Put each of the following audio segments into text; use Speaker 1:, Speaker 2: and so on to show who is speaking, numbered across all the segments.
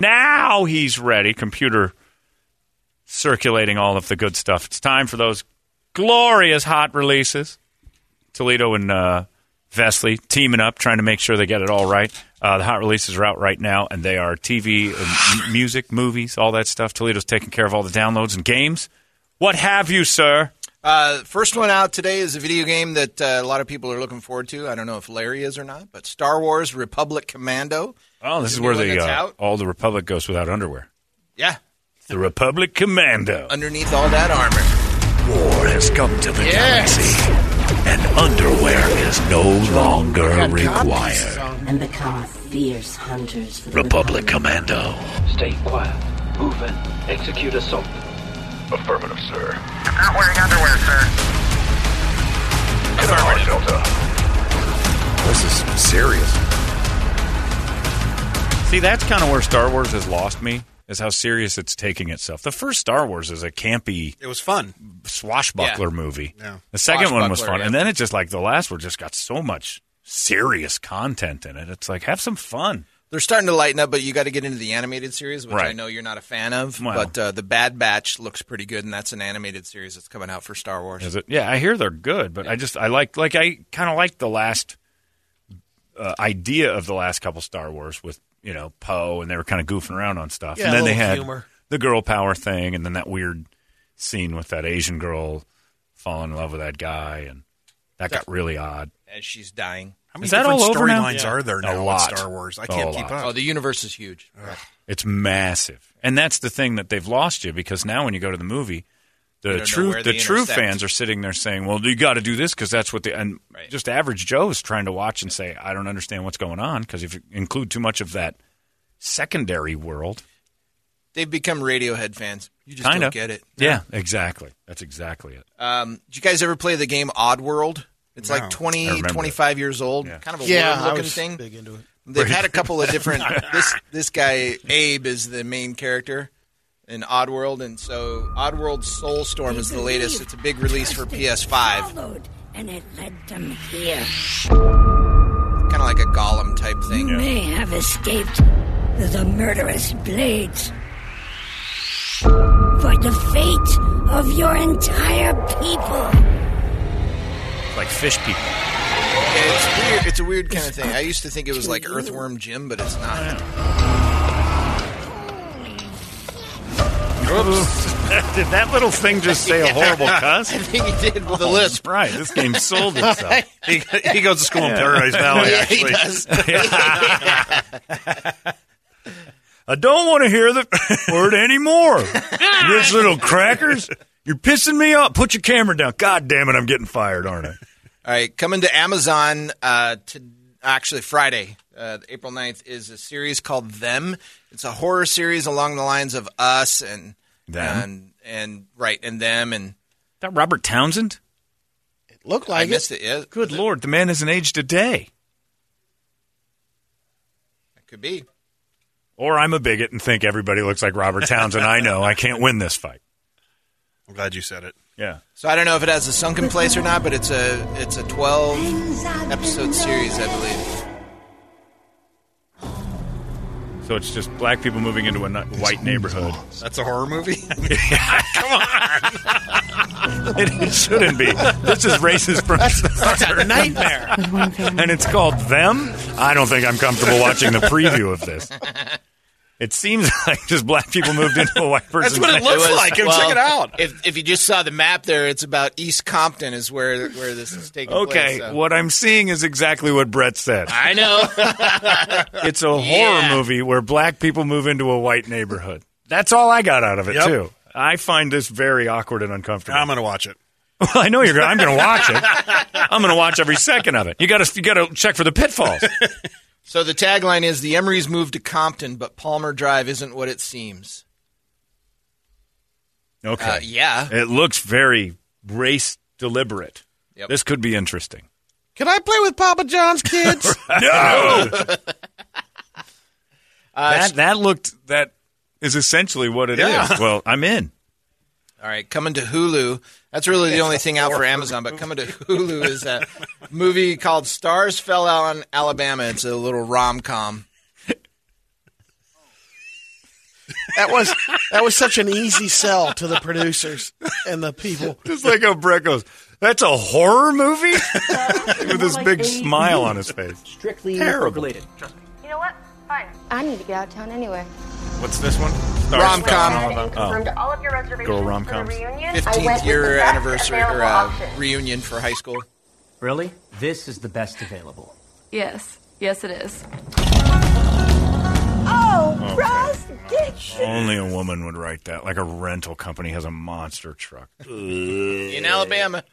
Speaker 1: Now he's ready. Computer circulating all of the good stuff. It's time for those glorious hot releases. Toledo and uh, Vesley teaming up, trying to make sure they get it all right. Uh, the hot releases are out right now, and they are TV, uh, m- music, movies, all that stuff. Toledo's taking care of all the downloads and games. What have you, sir?
Speaker 2: Uh, first one out today is a video game that uh, a lot of people are looking forward to. I don't know if Larry is or not, but Star Wars Republic Commando.
Speaker 1: Oh, this
Speaker 2: The
Speaker 1: is
Speaker 2: new
Speaker 1: where
Speaker 2: one
Speaker 1: the
Speaker 2: that's
Speaker 1: uh,
Speaker 2: out.
Speaker 1: all the Republic goes without underwear.
Speaker 2: Yeah,
Speaker 1: The Republic Commando.
Speaker 2: underneath all that armor.
Speaker 3: War has come to the
Speaker 2: Yes.
Speaker 3: galaxy, and underwear is no longer
Speaker 2: copies.
Speaker 3: required.
Speaker 4: and become fierce hunters for the
Speaker 3: Republic Commando.
Speaker 5: Stay quiet. Move in. Execute assault.
Speaker 3: Affirmative, sir.
Speaker 6: Not wearing underwear, sir.
Speaker 3: Affirmative, Delta. This is serious.
Speaker 1: See, that's kind of where Star Wars has lost me, is how serious it's taking itself. The first Star Wars is a campy
Speaker 2: It was fun.
Speaker 1: swashbuckler
Speaker 2: Yeah.
Speaker 1: movie.
Speaker 2: Yeah.
Speaker 1: The second one was
Speaker 2: Swashbuckler,
Speaker 1: fun.
Speaker 2: yeah.
Speaker 1: And then it just like the last one just got so much serious content in it. It's like, have some fun.
Speaker 2: They're starting to lighten up, but you got to get into the animated series, which I
Speaker 1: Right.
Speaker 2: know you're not a fan of.
Speaker 1: Well.
Speaker 2: But uh, the Bad Batch looks pretty good, and that's an animated series that's coming out for Star Wars.
Speaker 1: Is it? Yeah, I hear they're good, but I just, I like, like, I kind of like the last uh, idea of the last couple Star Wars with, you know, Poe and they were kind of goofing around on stuff.
Speaker 7: Yeah,
Speaker 1: and
Speaker 7: a
Speaker 1: then they
Speaker 7: little
Speaker 1: had
Speaker 7: humor.
Speaker 1: the girl power thing and then that weird scene with that Asian girl falling in love with that guy. And that got really odd.
Speaker 2: As she's dying.
Speaker 7: How
Speaker 1: Is
Speaker 7: many
Speaker 1: that
Speaker 7: different
Speaker 1: all over now?
Speaker 7: storylines
Speaker 1: Yeah.
Speaker 7: are there
Speaker 1: A
Speaker 7: now in
Speaker 1: lot.
Speaker 7: Star Wars? I
Speaker 1: Oh,
Speaker 7: can't
Speaker 1: a
Speaker 7: keep
Speaker 1: lot.
Speaker 7: up.
Speaker 2: Oh, the universe is huge.
Speaker 1: It's massive, and that's the thing that they've lost you because now when you go to the movie, the
Speaker 2: know
Speaker 1: true
Speaker 2: where
Speaker 1: the
Speaker 2: they
Speaker 1: true
Speaker 2: intersect.
Speaker 1: fans are sitting there saying, "Well, you got to do this because that's what the and
Speaker 2: Right.
Speaker 1: just average Joe is trying to watch and say, I don't understand what's going on because if you include too much of that secondary world,
Speaker 2: They've become Radiohead fans. You just
Speaker 1: kind
Speaker 2: don't
Speaker 1: of
Speaker 2: get it.
Speaker 1: Yeah, exactly. That's exactly it.
Speaker 2: Um, did you guys ever play the game Oddworld? It's like 20,
Speaker 1: remember
Speaker 2: 25 years old.
Speaker 1: Yeah.
Speaker 2: Kind of a
Speaker 7: yeah, I
Speaker 2: weird-looking
Speaker 7: was
Speaker 2: thing.
Speaker 7: big into it.
Speaker 2: They've had a couple of different. this this guy Abe is the main character in Oddworld, and so Oddworld Soulstorm is the latest. It's a big release for PS5, kind
Speaker 4: followed, and it led them here.
Speaker 2: of like a Gollum type thing.
Speaker 4: May have escaped the murderous blades. For the fate of your entire people.
Speaker 1: Like fish people.
Speaker 2: It's weird. It's a weird kind of thing. I used to think it was like Earthworm Jim, but it's not.
Speaker 1: Did that little thing just say a horrible cuss?
Speaker 2: I think he did with a lisp.
Speaker 1: Right. This game sold itself.
Speaker 7: He, he goes to school in Paradise Valley,
Speaker 2: Yeah, he
Speaker 7: actually.
Speaker 2: does.
Speaker 1: I don't want to hear the word anymore. Rich little crackers. You're pissing me off. Put your camera down. God damn it, I'm getting fired, aren't I?
Speaker 2: All right, coming to Amazon uh, to actually Friday, uh, April 9th, is a series called Them. It's a horror series along the lines of Us and
Speaker 1: Them.
Speaker 2: and, and right and them and
Speaker 1: That Robert Townsend?
Speaker 7: Looked
Speaker 2: I,
Speaker 7: like
Speaker 2: missed
Speaker 7: it.
Speaker 2: it. Yeah,
Speaker 1: Good lord, the man hasn't aged a day.
Speaker 2: it could be.
Speaker 1: Or I'm a bigot and think everybody looks like Robert Townsend. I know I can't win this fight.
Speaker 7: I'm glad you said it.
Speaker 1: Yeah.
Speaker 2: So I don't know if it has a sunken place or not, but it's a it's a 12 episode series, I believe.
Speaker 1: So it's just black people moving into a nu- white neighborhood.
Speaker 7: That's a horror movie?
Speaker 1: It, it shouldn't be. This is racist from
Speaker 7: That's a nightmare.
Speaker 1: and it's called Them. I don't think I'm comfortable watching the preview of this. It seems like just black people moved into a white
Speaker 7: That's
Speaker 1: person's
Speaker 7: what it
Speaker 1: house.
Speaker 7: looks like. Go check it out.
Speaker 2: If, if you just saw the map there, it's about East Compton is where where this is taking place.
Speaker 1: Okay,
Speaker 2: so.
Speaker 1: what I'm seeing is exactly what Brett said.
Speaker 2: I know.
Speaker 1: It's a horror movie where black people move into a white neighborhood. That's all I got out of it
Speaker 7: Yep.
Speaker 1: too. I find this very awkward and uncomfortable.
Speaker 7: I'm going to watch it.
Speaker 1: Well, I know you're. Gonna, I'm going to watch it. I'm going to watch every second of it. You got to. You got to check for the pitfalls.
Speaker 2: so the tagline is the Emery's moved to Compton, but Palmer Drive isn't what it seems.
Speaker 1: Okay.
Speaker 2: Uh, yeah.
Speaker 1: It looks very race deliberate.
Speaker 2: Yep.
Speaker 1: This could be interesting.
Speaker 7: Can I play with Papa John's kids?
Speaker 1: No.
Speaker 7: Uh,
Speaker 1: that that looked that is essentially what it is.
Speaker 7: Yeah.
Speaker 1: Well, I'm in.
Speaker 2: All right, coming to Hulu. That's really the only thing out for Amazon, but coming to Hulu is a movie called Stars Fell on Alabama. It's a little rom com.
Speaker 6: That was that was such an easy sell to the producers and the people.
Speaker 1: Just like how Brett goes, that's a horror movie with this big smile on his face.
Speaker 8: Strictly
Speaker 1: Terrible.
Speaker 8: related.
Speaker 9: You know what? Fine.
Speaker 4: I need to get out of town anyway.
Speaker 1: What's this one?
Speaker 2: Rom-com.
Speaker 9: Go
Speaker 7: oh.
Speaker 9: ahead and confirmed all of your reservations
Speaker 1: Girl
Speaker 9: for the
Speaker 1: rom-coms.
Speaker 9: reunion. I went
Speaker 2: 15th
Speaker 9: with the
Speaker 2: year
Speaker 9: best
Speaker 2: anniversary or
Speaker 9: available
Speaker 2: uh,
Speaker 9: option.
Speaker 2: reunion for high school.
Speaker 8: Really? This is the best available.
Speaker 9: Yes. Yes, it is.
Speaker 10: Oh,
Speaker 1: Only a woman would write that. Like a rental company has a monster truck.
Speaker 2: In Alabama.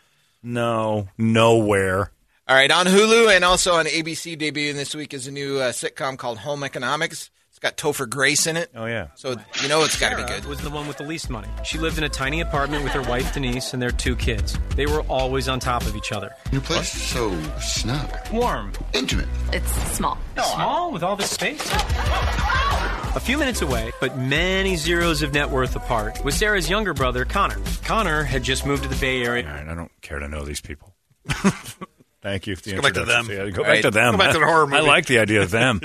Speaker 1: No, nowhere.
Speaker 2: All right, on Hulu and also on ABC debuting this week is a new uh, sitcom called Home Economics. It's got Topher Grace in it.
Speaker 1: Oh yeah.
Speaker 2: So you know it's got to be good.
Speaker 8: Was the one with the least money. She lived in a tiny apartment with her wife Denise and their two kids. They were always on top of each other.
Speaker 3: Your place is so snug.
Speaker 8: Warm,
Speaker 3: Intimate.
Speaker 9: It's small.
Speaker 8: small with all this space. A few minutes away, but many zeros of net worth apart, was Sarah's younger brother, Connor. Connor had just moved to the Bay Area.
Speaker 1: All right, I don't care to know these people. Thank you. For the
Speaker 7: Go back to
Speaker 1: introduction.
Speaker 7: them.
Speaker 1: Yeah, go
Speaker 2: Right.
Speaker 1: back to them.
Speaker 7: Go back to the horror movie.
Speaker 1: I like the idea of them.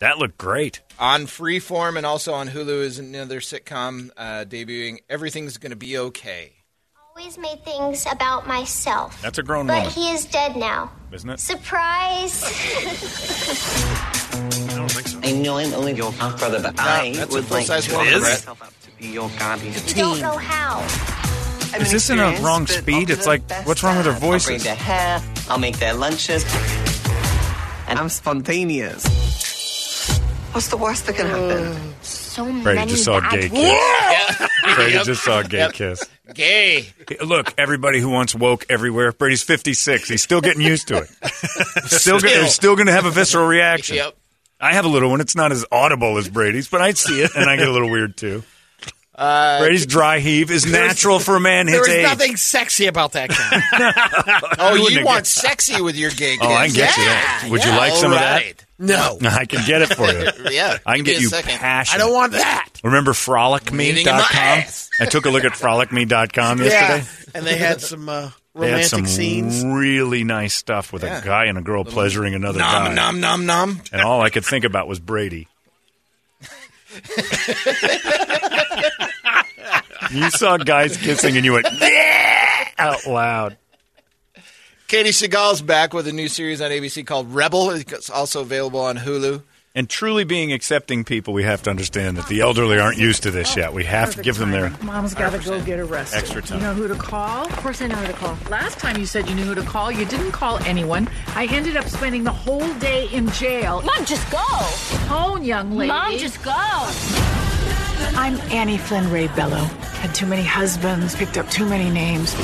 Speaker 1: That looked great.
Speaker 2: On Freeform and also on Hulu is another sitcom uh, debuting Everything's Gonna Be Okay.
Speaker 9: Always made things about myself.
Speaker 1: That's a grown woman,
Speaker 9: is dead now.
Speaker 1: isn't it?
Speaker 9: Surprise!
Speaker 7: I don't think so.
Speaker 8: I know I'm only your half brother, but I
Speaker 2: That's a full size woman, Brett.
Speaker 8: to be your guardian.
Speaker 9: You don't know how.
Speaker 1: Is this in a wrong speed? It's like, what's wrong with her voices?
Speaker 8: hair, I'll make their lunches, and I'm spontaneous. What's the worst that can happen?
Speaker 4: So many.
Speaker 1: Brady just saw a gay kiss. Brady just saw a gay kiss.
Speaker 2: Gay.
Speaker 1: Look, everybody who wants woke everywhere. Brady's 56. He's still getting used to it. still, gonna, he's still going to have a visceral reaction.
Speaker 2: Yep.
Speaker 1: I have a little one. It's not as audible as Brady's, but I see it, and I get a little weird too. Brady's dry heave is natural for a man
Speaker 6: Uh, There
Speaker 1: his
Speaker 6: was
Speaker 1: age.
Speaker 6: nothing sexy about that guy.
Speaker 2: Oh, you
Speaker 1: wouldn't
Speaker 2: want sexy with your gay kiss?
Speaker 1: Oh, I can get you
Speaker 2: yeah.
Speaker 1: that. Would you like
Speaker 2: all
Speaker 1: some
Speaker 2: right.
Speaker 6: No,
Speaker 1: of that? I can get it for you.
Speaker 2: Yeah,
Speaker 1: I can
Speaker 2: give
Speaker 1: get
Speaker 2: me a
Speaker 1: you
Speaker 2: second.
Speaker 1: passion.
Speaker 6: I don't want that.
Speaker 1: Remember
Speaker 2: Leaning in my
Speaker 1: frolicme.com?
Speaker 2: ass.
Speaker 1: I took a look at frolicme.com yesterday.
Speaker 6: and they had some uh,
Speaker 1: They had
Speaker 6: romantic
Speaker 1: some
Speaker 6: scenes.
Speaker 1: really nice stuff with
Speaker 2: Yeah.
Speaker 1: a guy and a girl pleasuring another guy.
Speaker 2: Nom nom nom nom.
Speaker 1: And all I could think about was Brady. you saw guys kissing and you went "Yeah!" out loud.
Speaker 2: Katie Seagal's back with a new series on ABC called Rebel. It's also available on Hulu.
Speaker 1: And truly being accepting people, we have to understand that the elderly aren't used to this yet. We have to give them their
Speaker 8: Mom's gotta go get arrested.
Speaker 1: extra time.
Speaker 8: who to call?
Speaker 9: Of course, I know how to call.
Speaker 8: Last time you said you knew who to call, you didn't call anyone. I ended up spending the whole day in jail.
Speaker 4: Mom, just go.
Speaker 8: Tone, young lady.
Speaker 4: Mom, just go.
Speaker 8: I'm Annie Flynn Ray Bello. Had too many husbands, picked up too many names.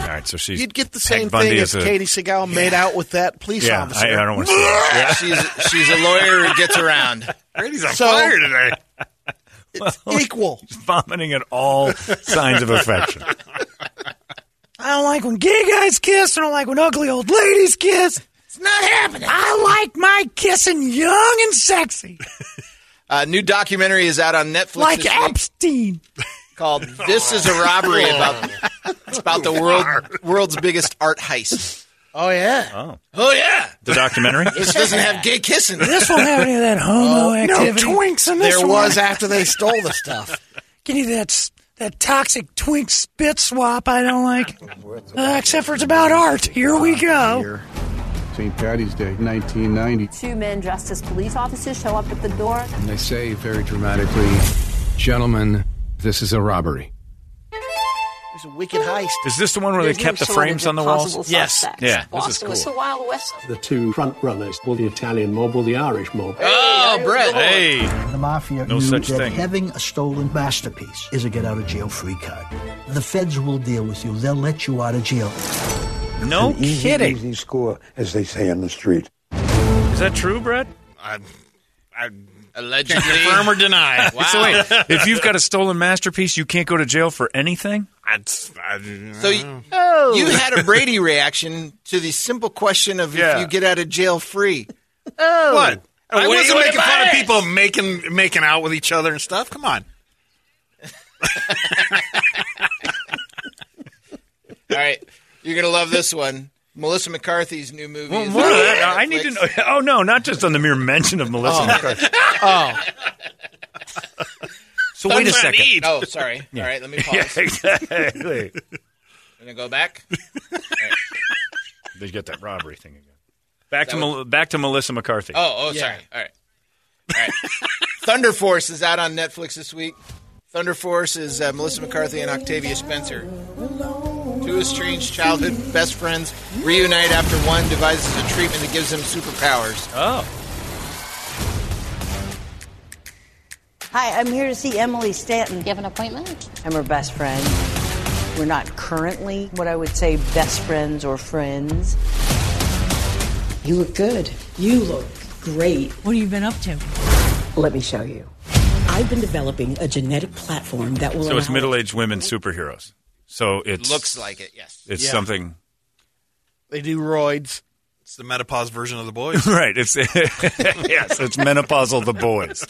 Speaker 1: All right, so she's
Speaker 6: You'd get the
Speaker 1: Peg
Speaker 6: same
Speaker 1: Bundy
Speaker 6: thing
Speaker 1: is
Speaker 6: if
Speaker 1: a-
Speaker 6: Katie Seagal made out with that police
Speaker 1: Yeah,
Speaker 6: officer.
Speaker 1: I, I don't want to see that.
Speaker 2: She's she's a lawyer who gets around.
Speaker 7: Brady's on
Speaker 6: So-
Speaker 7: fire today.
Speaker 6: Equal.
Speaker 1: vomiting at all signs of affection. I don't like when gay guys kiss. I don't like when ugly old ladies kiss. It's not happening. I like my kissing young and sexy,
Speaker 2: A Uh, new documentary is out on Netflix this week
Speaker 1: Epstein.
Speaker 2: called "This Is a Robbery" about
Speaker 1: Oh.
Speaker 2: it's about the world world's biggest art heist.
Speaker 6: Oh yeah.
Speaker 2: Oh yeah,
Speaker 1: The documentary.
Speaker 2: this doesn't have gay kissing.
Speaker 1: this won't have any of that homo activity. No twinks in
Speaker 6: There was after they stole the stuff.
Speaker 1: Give you that
Speaker 11: That toxic twink spit swap I don't like. Uh, except for it's about art. Here we go.
Speaker 12: St. Patty's Day, 1990.
Speaker 13: Two men dressed as police officers show up at the door.
Speaker 12: And they say very dramatically, Gentlemen, this is a robbery.
Speaker 6: There's a wicked heist.
Speaker 1: Is this the one where they
Speaker 6: There's
Speaker 1: kept
Speaker 6: no
Speaker 1: the frames
Speaker 6: shortage
Speaker 1: on the
Speaker 6: of
Speaker 1: walls?
Speaker 6: possible
Speaker 1: Yes.
Speaker 6: suspects.
Speaker 1: Yeah, this
Speaker 6: Boston
Speaker 1: is cool.
Speaker 6: was the
Speaker 13: Wild West.
Speaker 14: The two front runners, well, the Italian mob or the Irish mob.
Speaker 1: Oh, Brett. Hey.
Speaker 15: The mafia
Speaker 1: No
Speaker 15: knew
Speaker 1: such
Speaker 15: that
Speaker 1: thing.
Speaker 15: having a stolen masterpiece is a get out of jail free card. The feds will deal with you. They'll let you out of jail.
Speaker 1: No kidding.
Speaker 16: Easy score, as they say on the street.
Speaker 1: Is that true, Brett?
Speaker 16: I,
Speaker 2: I allegedly
Speaker 7: confirm or deny.
Speaker 2: Wow.
Speaker 1: So wait, if you've got a stolen masterpiece, you can't go to jail for anything.
Speaker 2: So you,
Speaker 7: Oh.
Speaker 2: you had a Brady reaction to the simple question of
Speaker 1: Yeah.
Speaker 2: if you get out of jail free.
Speaker 7: Oh.
Speaker 2: What?
Speaker 7: I
Speaker 2: I
Speaker 7: wasn't
Speaker 2: wasn't
Speaker 7: making
Speaker 2: my
Speaker 7: fun of
Speaker 2: ass.
Speaker 7: people making making out with each other and stuff. Come on.
Speaker 2: All right. You're going to love this one. Melissa McCarthy's new movie.
Speaker 1: Well,
Speaker 2: is
Speaker 1: more of
Speaker 2: on
Speaker 1: that. I need to
Speaker 2: Netflix.
Speaker 1: know. Oh no, not just on the mere mention of Melissa.
Speaker 2: Oh.
Speaker 1: McCarthy.
Speaker 2: Oh.
Speaker 1: So wait a second.
Speaker 2: Oh, sorry. All right, let me pause.
Speaker 1: Yeah, exactly.
Speaker 2: I'm gonna go back.
Speaker 1: they get that robbery thing again. Back to
Speaker 2: That
Speaker 1: Mel- back to Melissa McCarthy.
Speaker 2: Oh, oh, sorry. All right. All right. Thunder Force is out on Netflix this week. Thunder Force is uh, Melissa McCarthy and Octavia Spencer. Two estranged childhood best friends reunite after one devises a treatment that gives them superpowers.
Speaker 1: Oh.
Speaker 17: Hi, I'm here to see Emily Stanton. You have an appointment? I'm her best friend. We're not currently what I would say best friends or friends. You look good. You look great. What have you been up to? Let me show you.
Speaker 18: I've been developing a genetic platform that will
Speaker 1: So it's
Speaker 18: allow
Speaker 1: middle-aged women superheroes. So it
Speaker 7: Looks like it, yes.
Speaker 1: It's
Speaker 7: Yeah.
Speaker 1: something.
Speaker 7: They do roids. It's the menopause version of the boys.
Speaker 1: right. It's yes. It's menopausal the boys.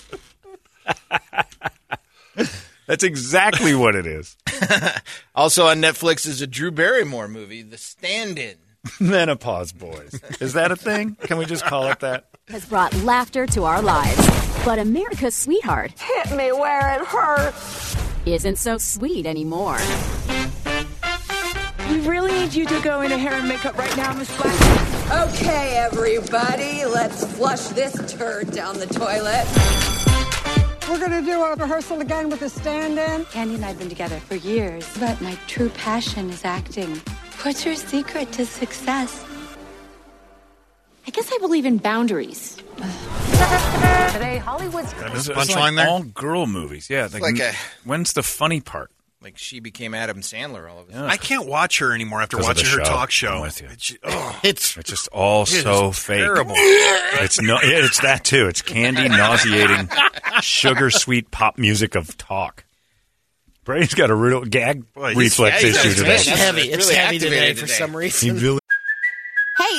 Speaker 1: That's exactly what it is.
Speaker 2: Also on Netflix is a Drew Barrymore movie, The Stand-In.
Speaker 1: Menopause boys. Is that a thing? Can we just call it that?
Speaker 19: has brought laughter to our lives. But America's sweetheart
Speaker 4: Hit me where it hurts.
Speaker 19: isn't so sweet anymore.
Speaker 20: We really need you to go into hair and makeup right now, Miss Black. Okay, everybody, let's flush this turd down the toilet.
Speaker 21: We're gonna do a rehearsal again with a stand-in. Candy and I've been together for years, but my true passion is acting.
Speaker 22: What's your secret to success?
Speaker 19: I guess I believe in boundaries.
Speaker 17: Today, Hollywood's
Speaker 1: It's, it's
Speaker 2: Punchline
Speaker 1: like
Speaker 2: there?
Speaker 1: all girl movies. Yeah.
Speaker 2: It's like a-
Speaker 1: when's the funny part?
Speaker 2: Like she became Adam Sandler all of a sudden.
Speaker 7: I can't watch her anymore after
Speaker 1: 'Cause of the
Speaker 7: watching her
Speaker 1: show.
Speaker 7: talk show.
Speaker 1: I'm with you.
Speaker 7: It's, oh,
Speaker 1: It's it's just all
Speaker 7: it is
Speaker 1: so fake.
Speaker 7: terrible.
Speaker 1: It's no. yeah, It's that too. It's candy, nauseating, sugar sweet pop music of talk. Brain's got a real gag
Speaker 6: Boy, he's-
Speaker 1: reflex
Speaker 6: yeah, he's-
Speaker 1: issue
Speaker 6: it's
Speaker 1: today.
Speaker 6: heavy. It's
Speaker 1: Really
Speaker 6: heavy today
Speaker 1: activated
Speaker 6: for some reason.
Speaker 1: He really-
Speaker 23: Hey,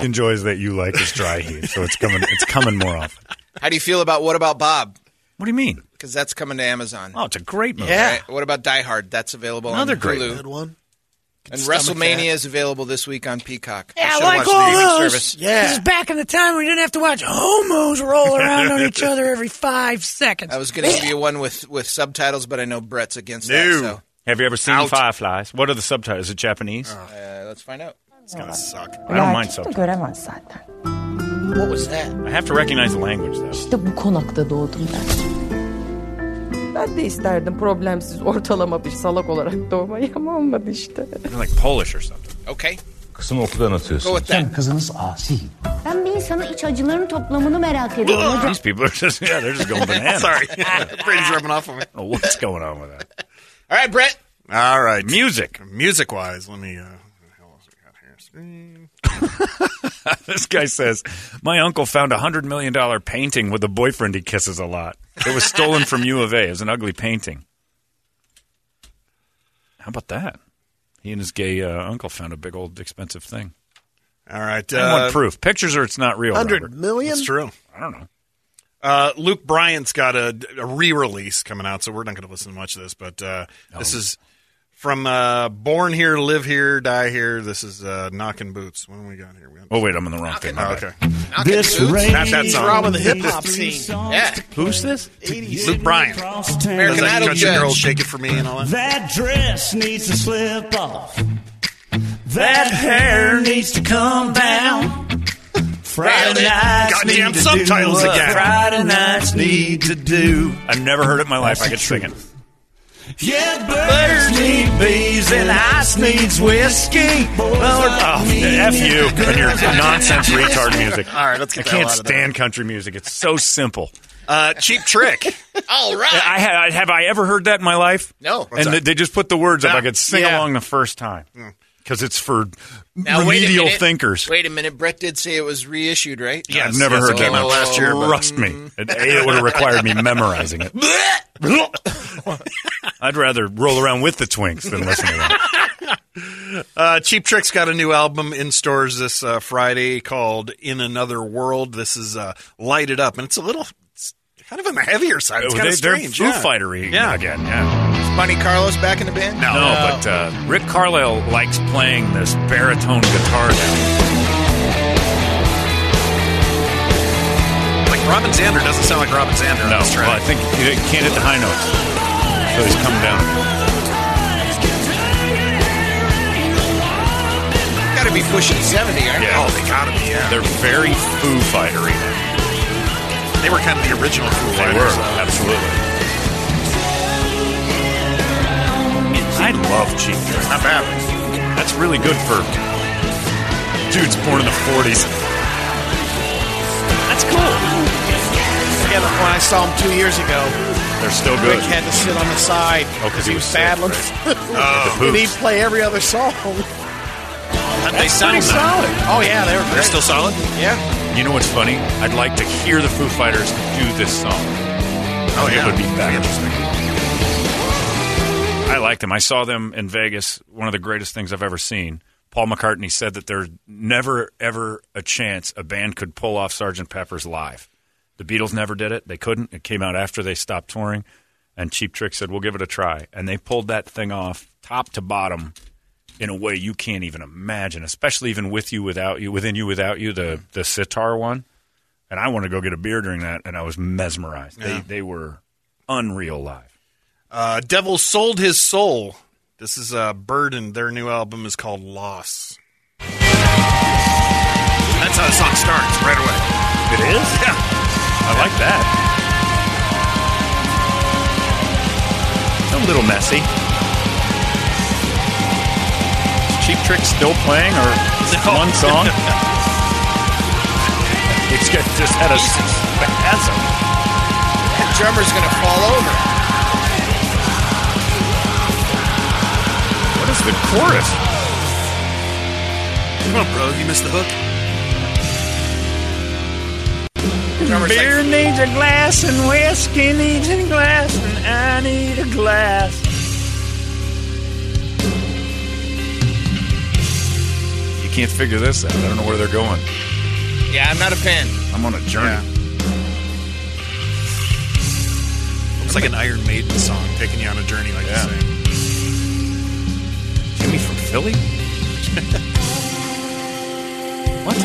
Speaker 1: enjoys that you like his dry heat, so it's coming. It's coming more often.
Speaker 2: How do you feel about What About Bob?
Speaker 1: What do you mean?
Speaker 2: Because that's coming to Amazon.
Speaker 1: Oh, it's a great movie.
Speaker 2: Yeah. What about Die Hard? That's available
Speaker 1: Another
Speaker 2: on Hulu.
Speaker 1: great
Speaker 6: Good one.
Speaker 2: And
Speaker 6: stomach
Speaker 2: WrestleMania
Speaker 6: that.
Speaker 2: is available this week on Peacock.
Speaker 11: Yeah, I
Speaker 2: should've
Speaker 11: like
Speaker 2: watched the
Speaker 11: all
Speaker 2: streaming
Speaker 11: those.
Speaker 2: service.
Speaker 11: This is back in the time we didn't have to watch homos roll around on each other every five seconds.
Speaker 2: I was going to give you one with, with subtitles, but I know Brett's against that. So
Speaker 1: Have you ever seen Fireflies? What are the subtitles? Is it Japanese?
Speaker 2: uh, let's find out. It's
Speaker 1: gonna suck. I don't mind subtitles.
Speaker 2: What was that?
Speaker 1: I have to recognize the language though.
Speaker 24: İşte bu konakta doğdum ben. Ben de isterdim problemsiz ortalama bir salak olarak doğmayı ama olmadı işte.
Speaker 1: Like Polish or something.
Speaker 2: Okay.
Speaker 25: Kızımı okuldan atıyorsun.
Speaker 24: Sen kızınız asi.
Speaker 9: Ben bir insanın iç acılarının toplamını merak ediyorum.
Speaker 1: These people are just yeah, they're just going bananas.
Speaker 7: Sorry.
Speaker 1: Brain's rubbing off on me. what's going on with that?
Speaker 2: All right, Brett.
Speaker 7: All right.
Speaker 1: Music.
Speaker 7: Music wise, let me. Uh,
Speaker 1: this guy says, My uncle found a $100 million painting with a boyfriend he kisses a lot. It was stolen from U of A. It was an ugly painting. How about that? He and his gay uh, uncle found a big old expensive thing.
Speaker 2: All right.
Speaker 1: I want
Speaker 2: uh,
Speaker 1: proof. Pictures or it's not real. Robert.
Speaker 2: million? That's true.
Speaker 1: I don't know.
Speaker 2: Uh, Luke Bryant's got a, a re-release coming out, so we're not going to listen to much of this. But uh, this is from uh, "Born Here, Live Here, Die Here." This is uh, "Knocking Boots." What do we got here? We
Speaker 1: Oh wait, I'm on the wrong thing.
Speaker 2: Oh,
Speaker 1: My
Speaker 2: okay.
Speaker 1: bad.
Speaker 2: This rain Not that song.
Speaker 8: Rob in the hip hop scene.
Speaker 26: Yeah.
Speaker 1: Who's this?
Speaker 2: Luke Bryant.
Speaker 26: American
Speaker 2: Does that
Speaker 26: Idol
Speaker 2: country girl
Speaker 26: judge.
Speaker 2: shake it for me and all that.
Speaker 27: That dress needs to slip off. That hair needs to come down. Friday nights
Speaker 1: Goddamn
Speaker 27: need to
Speaker 1: subtitles
Speaker 27: do what
Speaker 1: again.
Speaker 27: Friday nights need to do.
Speaker 1: I've never heard it in my life. I could sing it.
Speaker 27: Yeah, birds need bees and ice needs whiskey.
Speaker 1: Oh, F you and your nonsense retard music.
Speaker 2: All right, let's get
Speaker 1: I can't
Speaker 2: the hell out of there.
Speaker 1: stand country music. It's so simple.
Speaker 2: Uh, cheap trick.
Speaker 26: All right.
Speaker 1: I have, have I ever heard that in my life?
Speaker 26: No.
Speaker 2: What's
Speaker 1: and
Speaker 2: that? Hmm.
Speaker 1: they just put the words up. I could sing
Speaker 26: Yeah.
Speaker 1: along the first time because it's for
Speaker 26: Now, wait a
Speaker 1: remedial
Speaker 26: minute.
Speaker 1: thinkers.
Speaker 26: Wait a minute. Brett did say it was reissued, right?
Speaker 1: I've never heard that.
Speaker 26: Oh,
Speaker 1: Last year, trust me, it, A, it would have required me memorizing it. I'd rather roll around with the twinks than listen to that.
Speaker 2: Uh, Cheap Trick's got a new album in stores this uh, Friday called "In Another World." This is uh, "Light It Up," and it's a little it's kind of on the heavier side. It's
Speaker 1: Oh, They-
Speaker 2: kind of
Speaker 1: they're
Speaker 2: strange.
Speaker 1: Foo
Speaker 2: yeah.
Speaker 1: Fightery
Speaker 2: Yeah.
Speaker 1: again. Yeah.
Speaker 26: Is Monte Carlos back in the band?
Speaker 1: No, but uh, Rick Carlisle likes playing this baritone guitar now.
Speaker 2: Like Robin Zander doesn't sound like Robin Zander. on
Speaker 1: No,
Speaker 2: this track.
Speaker 1: well, I think he can't hit the high notes, so he's come down.
Speaker 26: Gotta be pushing 70, aren't
Speaker 1: Yeah.
Speaker 2: Oh, they gotta be. Yeah,
Speaker 1: They're very Foo Fightery.
Speaker 2: they were kind of the original Foo
Speaker 1: They
Speaker 2: Fighters.
Speaker 1: were
Speaker 2: so-
Speaker 1: absolutely. I love Cheap Trick. Not bad. That's really good for dudes born in the '40s. That's cool.
Speaker 8: Yeah, but when I saw him two years ago,
Speaker 1: They're still
Speaker 8: Rick
Speaker 1: good.
Speaker 8: had to sit on the side.
Speaker 1: Oh, 'cause he was sick,
Speaker 8: battling.
Speaker 1: Oh.
Speaker 8: and he'd play every other song.
Speaker 2: How'd they sound
Speaker 8: pretty
Speaker 2: though?
Speaker 8: solid. Oh yeah, they were
Speaker 2: They're
Speaker 8: great.
Speaker 2: still solid.
Speaker 8: yeah.
Speaker 1: You know what's funny? I'd like to hear the Foo Fighters do this song. I
Speaker 8: Oh,
Speaker 1: think
Speaker 2: yeah.
Speaker 1: it would be better. I like them. I saw them in Vegas. One of the greatest things I've ever seen. Paul McCartney said that there's never ever a chance a band could pull off Sgt. Pepper's live. The Beatles never did it. They couldn't. It came out after they stopped touring. And Cheap Trick said, "We'll give it a try." And they pulled that thing off, top to bottom, in a way you can't even imagine. Especially even with you, without you, within you, without you. The the sitar one. And I want to go get a beer during that, and I was mesmerized.
Speaker 2: Yeah.
Speaker 1: They they were unreal live.
Speaker 2: Uh, Devil sold his soul. This is uh, Burden. Their new album is called Loss. That's how the song starts right away.
Speaker 1: It is.
Speaker 2: Yeah.
Speaker 1: I like that. A little messy. Is Cheap Trick still playing or is it one song? it's got, just had a spasm.
Speaker 26: The drummer's gonna fall over.
Speaker 1: What is the chorus?
Speaker 2: Come on, bro. You missed the hook.
Speaker 26: drummer's like,
Speaker 27: Beer needs a glass and whiskey needs a glass and I need a glass.
Speaker 1: You can't figure this out. I don't know where they're going.
Speaker 26: yeah, I'm not a fan.
Speaker 1: I'm on a journey.
Speaker 2: It's like an Iron Maiden song, taking you on a journey like
Speaker 1: Yeah.
Speaker 2: this. Thing.
Speaker 1: Jimmy from Philly? what?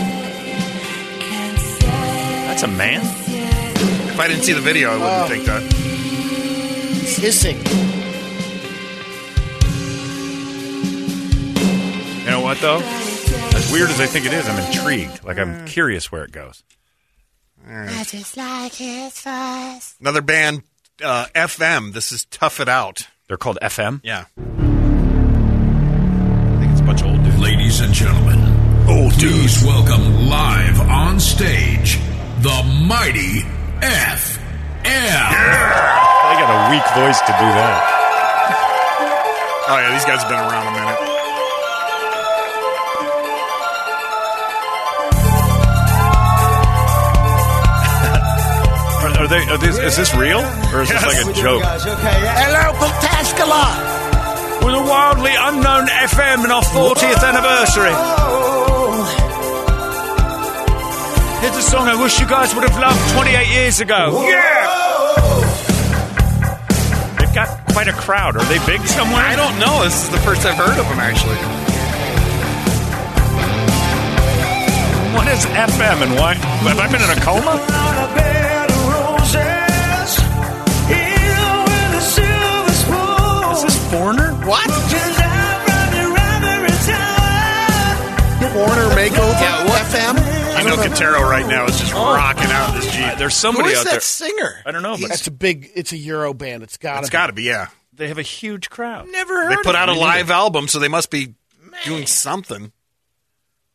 Speaker 1: That's a man?
Speaker 2: If I didn't see the video, I wouldn't
Speaker 8: Oh.
Speaker 2: think that.
Speaker 8: He's hissing.
Speaker 1: You know what though? As weird as I think it is, I'm intrigued. Like I'm curious where it goes.
Speaker 23: I just like his voice.
Speaker 2: Another band, uh, FM. This is Tough It Out.
Speaker 1: They're called FM.
Speaker 2: Yeah. I think it's a bunch of old dudes.
Speaker 6: Ladies and gentlemen, oh, please welcome live on stage the mighty F.
Speaker 1: They got a weak voice to do that.
Speaker 2: Oh yeah, these guys have been around a minute.
Speaker 1: Are, are they? Are this, is this real or is this like a joke?
Speaker 28: Hello from Tuscaloosa.
Speaker 1: with a wildly unknown FM in our 40th anniversary. Here's a song I wish you guys would have loved 28 years ago. They've got quite a crowd. Are they big somewhere? I don't know. This is the first I've heard of them, actually. What is FM and why? Have I been in a coma?
Speaker 29: Is
Speaker 1: this Foreigner?
Speaker 29: What?
Speaker 6: Warner Makeover
Speaker 2: Yeah,
Speaker 6: FM.
Speaker 2: I know Katero right now is just rocking out this Jeep.
Speaker 1: there's
Speaker 6: somebody Who is out that there- singer?
Speaker 1: I don't know.
Speaker 6: He- That's a big. It's a Euro band. It's got.
Speaker 2: It's got to be, yeah.
Speaker 1: They have a huge crowd.
Speaker 6: Never
Speaker 2: They put out a live album, so they must be doing something.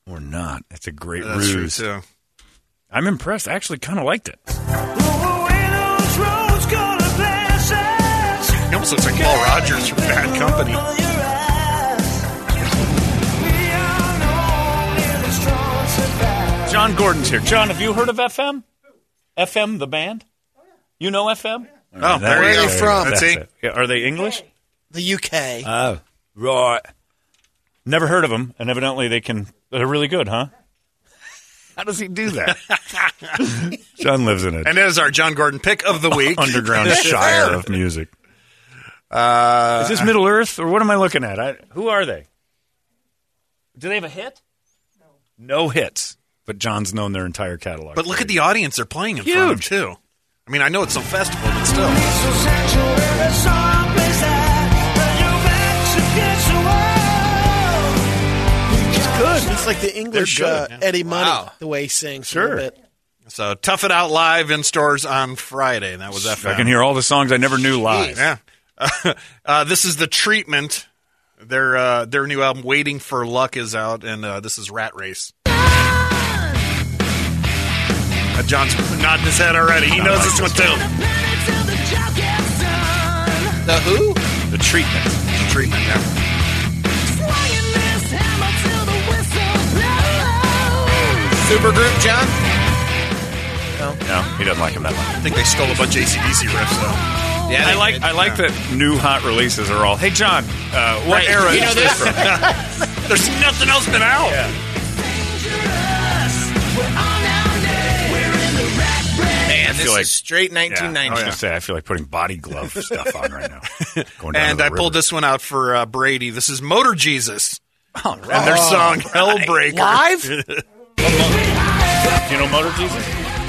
Speaker 1: Or not. That's a great
Speaker 2: That's true,
Speaker 1: ruse.
Speaker 2: too.
Speaker 1: I'm impressed. I actually kind of liked it.
Speaker 2: He almost looks like Paul Rogers from Bad Company.
Speaker 1: John Gordon's here. John, have you heard of FM? FM, the band? You know FM?
Speaker 2: Oh, there you
Speaker 1: That's
Speaker 2: go.
Speaker 1: it.
Speaker 2: From-
Speaker 1: That's
Speaker 2: See?
Speaker 1: it. Yeah, Are they English?
Speaker 6: The UK.
Speaker 2: Uh,
Speaker 1: Oh, right. Never heard of them, and evidently they can. They're really good, huh? How does he do that? John lives in a
Speaker 2: And that is our John Gordon pick of the week.
Speaker 1: underground shire of music.
Speaker 2: Uh,
Speaker 1: Is this Middle Earth, or what am I looking at? I, who are they? Do they have a hit? No. No hits, but John's known their entire catalog.
Speaker 2: But look at the audience they're playing in front of, too. I mean, I know it's some festival, but still.
Speaker 6: It's good. It's like the English
Speaker 2: good,
Speaker 6: uh,
Speaker 2: yeah.
Speaker 6: Eddie Money,
Speaker 2: Wow.
Speaker 6: the way he sings.
Speaker 2: Sure.
Speaker 6: A little bit.
Speaker 2: So Tough It Out Live in stores on Friday. That was FM.
Speaker 1: I can hear all the songs I never knew live.
Speaker 2: Yeah. uh, this is the treatment. Their uh, their new album, Waiting for Luck, is out, and uh, this is Rat Race. Uh, John's nodding his head already. He
Speaker 1: I
Speaker 2: knows
Speaker 1: like
Speaker 2: this one
Speaker 1: this
Speaker 2: too.
Speaker 23: The who?
Speaker 1: The treatment.
Speaker 2: The treatment. Yeah.
Speaker 23: Supergroup, John?
Speaker 1: No, he doesn't like them that much.
Speaker 2: I think they stole a bunch of ACDC riffs though.
Speaker 1: I like I like that new hot releases are all. Hey John, uh, what era
Speaker 2: You know
Speaker 1: is this
Speaker 2: this?
Speaker 1: from?
Speaker 2: There's nothing else been out.
Speaker 23: Man,
Speaker 1: I
Speaker 23: this
Speaker 1: feel like-
Speaker 23: is straight
Speaker 2: Oh,
Speaker 1: I was
Speaker 23: 1990.
Speaker 1: gonna say I feel like putting body glove stuff on right now. Going down to
Speaker 2: And
Speaker 1: the
Speaker 2: I
Speaker 1: river.
Speaker 2: pulled this one out for uh, Brady. This is Motor Jesus. And their
Speaker 6: Oh.
Speaker 1: right.
Speaker 2: song Oh. Hellbreaker.
Speaker 1: Live?
Speaker 2: Live?
Speaker 1: Do you know Motor Jesus?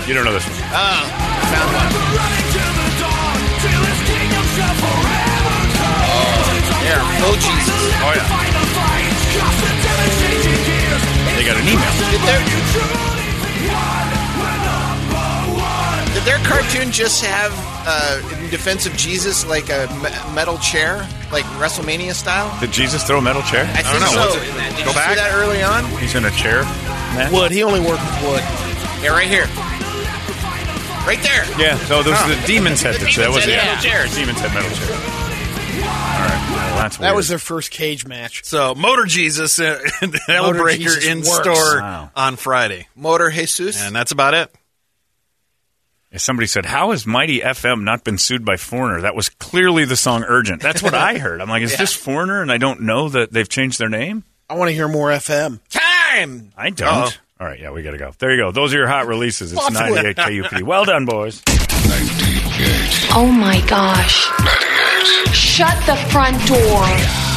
Speaker 1: You don't know this one.
Speaker 23: Oh, Yeah, oh, Jesus.
Speaker 1: Oh yeah. They got an email.
Speaker 23: Did their, did their cartoon just have, uh, in defense of Jesus, like a me- metal chair, like WrestleMania style?
Speaker 1: Did Jesus throw a metal chair?
Speaker 23: I think so. in that. Did
Speaker 1: Go
Speaker 23: you see
Speaker 1: back.
Speaker 23: that early on?
Speaker 1: He's in a chair. Matt?
Speaker 6: Wood. He only worked with wood.
Speaker 23: Yeah, right here. Right there.
Speaker 1: Yeah. So those are the demon's head.
Speaker 23: The
Speaker 1: That that was
Speaker 23: Demon's Head
Speaker 1: it.
Speaker 23: metal chairs.
Speaker 1: Demon's head metal chair. All right. Well, that's
Speaker 6: That
Speaker 1: weird.
Speaker 6: was their first cage match.
Speaker 2: So Motor Jesus uh, and
Speaker 6: Motor
Speaker 2: Hellbreaker
Speaker 6: Jesus
Speaker 2: in
Speaker 6: works.
Speaker 2: store
Speaker 1: Wow.
Speaker 2: on Friday.
Speaker 23: Motor Jesus.
Speaker 2: And that's about it.
Speaker 1: If Somebody said, "How has Mighty FM not been sued by Foreigner?" That was clearly the song "Urgent." That's what I heard. I'm like, "Is this Foreigner?" And I don't know that they've changed their name.
Speaker 6: I want to hear more FM.
Speaker 23: Time!
Speaker 1: I don't.
Speaker 2: Uh-oh.
Speaker 1: All right, yeah, we got to go. There you go. Those are your hot releases. It's
Speaker 6: Lots of
Speaker 1: 98 KUP. Well done, boys.
Speaker 30: Oh my gosh. Shut the front door.